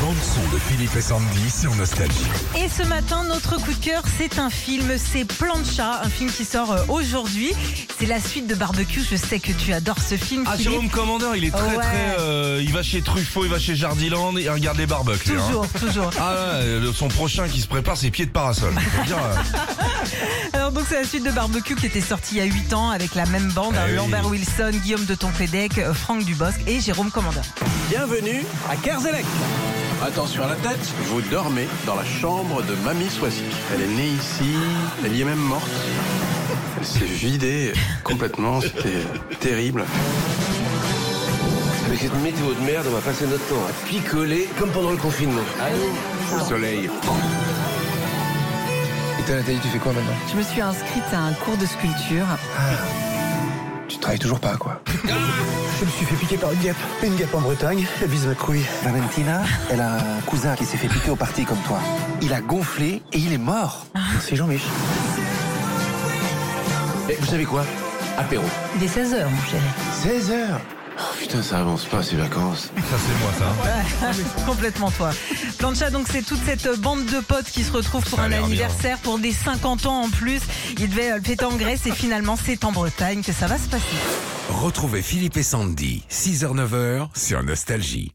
son de Philippe et Sandy sur Nostalgie. Et ce matin, notre coup de cœur, c'est un film, c'est Plancha, un film qui sort euh, aujourd'hui. C'est la suite de Barbecue. Je sais que tu adores ce film. Ah, Philippe. Jérôme Commander, il est très Ouais. très. euh, il va chez Truffaut, il va chez Jardiland et il regarde les barbecues. lui, hein. Toujours, toujours. Ah, là, le- son prochain qui se prépare, c'est pied de parasol. Faut dire, euh, Alors donc c'est la suite de Barbecue qui était sortie il y a 8 ans avec la même bande, hein, Eh oui. Lambert Wilson, Guillaume de Tonquédec, euh, Franck Dubosc et Jérôme Commandeur. Bienvenue à Kerzelec. Attention à la tête, vous dormez dans la chambre de Mamie Soisic. Elle est née ici, elle y est même morte. Elle s'est vidée complètement, c'était terrible. Avec cette météo de merde, on va passer notre temps à picoler comme pendant le confinement. Allez, soleil. Et toi, Nathalie, tu fais quoi maintenant Je me suis inscrite à un cours de sculpture. Tu travailles toujours pas, quoi. Je me suis fait piquer par une guêpe. Une guêpe en Bretagne, elle vise ma couille. Valentina, elle a un cousin qui s'est fait piquer au parti comme toi. Il a gonflé et il est mort. Merci Jean-Mich. Et vous savez quoi Apéro. Il est 16h, mon chéri. 16 heures Oh Putain, ça avance pas ces vacances. ça, c'est moi, ça. hein. Complètement toi. Plancha, donc c'est toute cette bande de potes qui se retrouvent pour Ça a un l'air bien. anniversaire, pour des 50 ans en plus. Ils devaient euh, le fêter en Grèce et finalement c'est en Bretagne que ça va se passer. Retrouvez Philippe et Sandy, 6h-9h sur Nostalgie.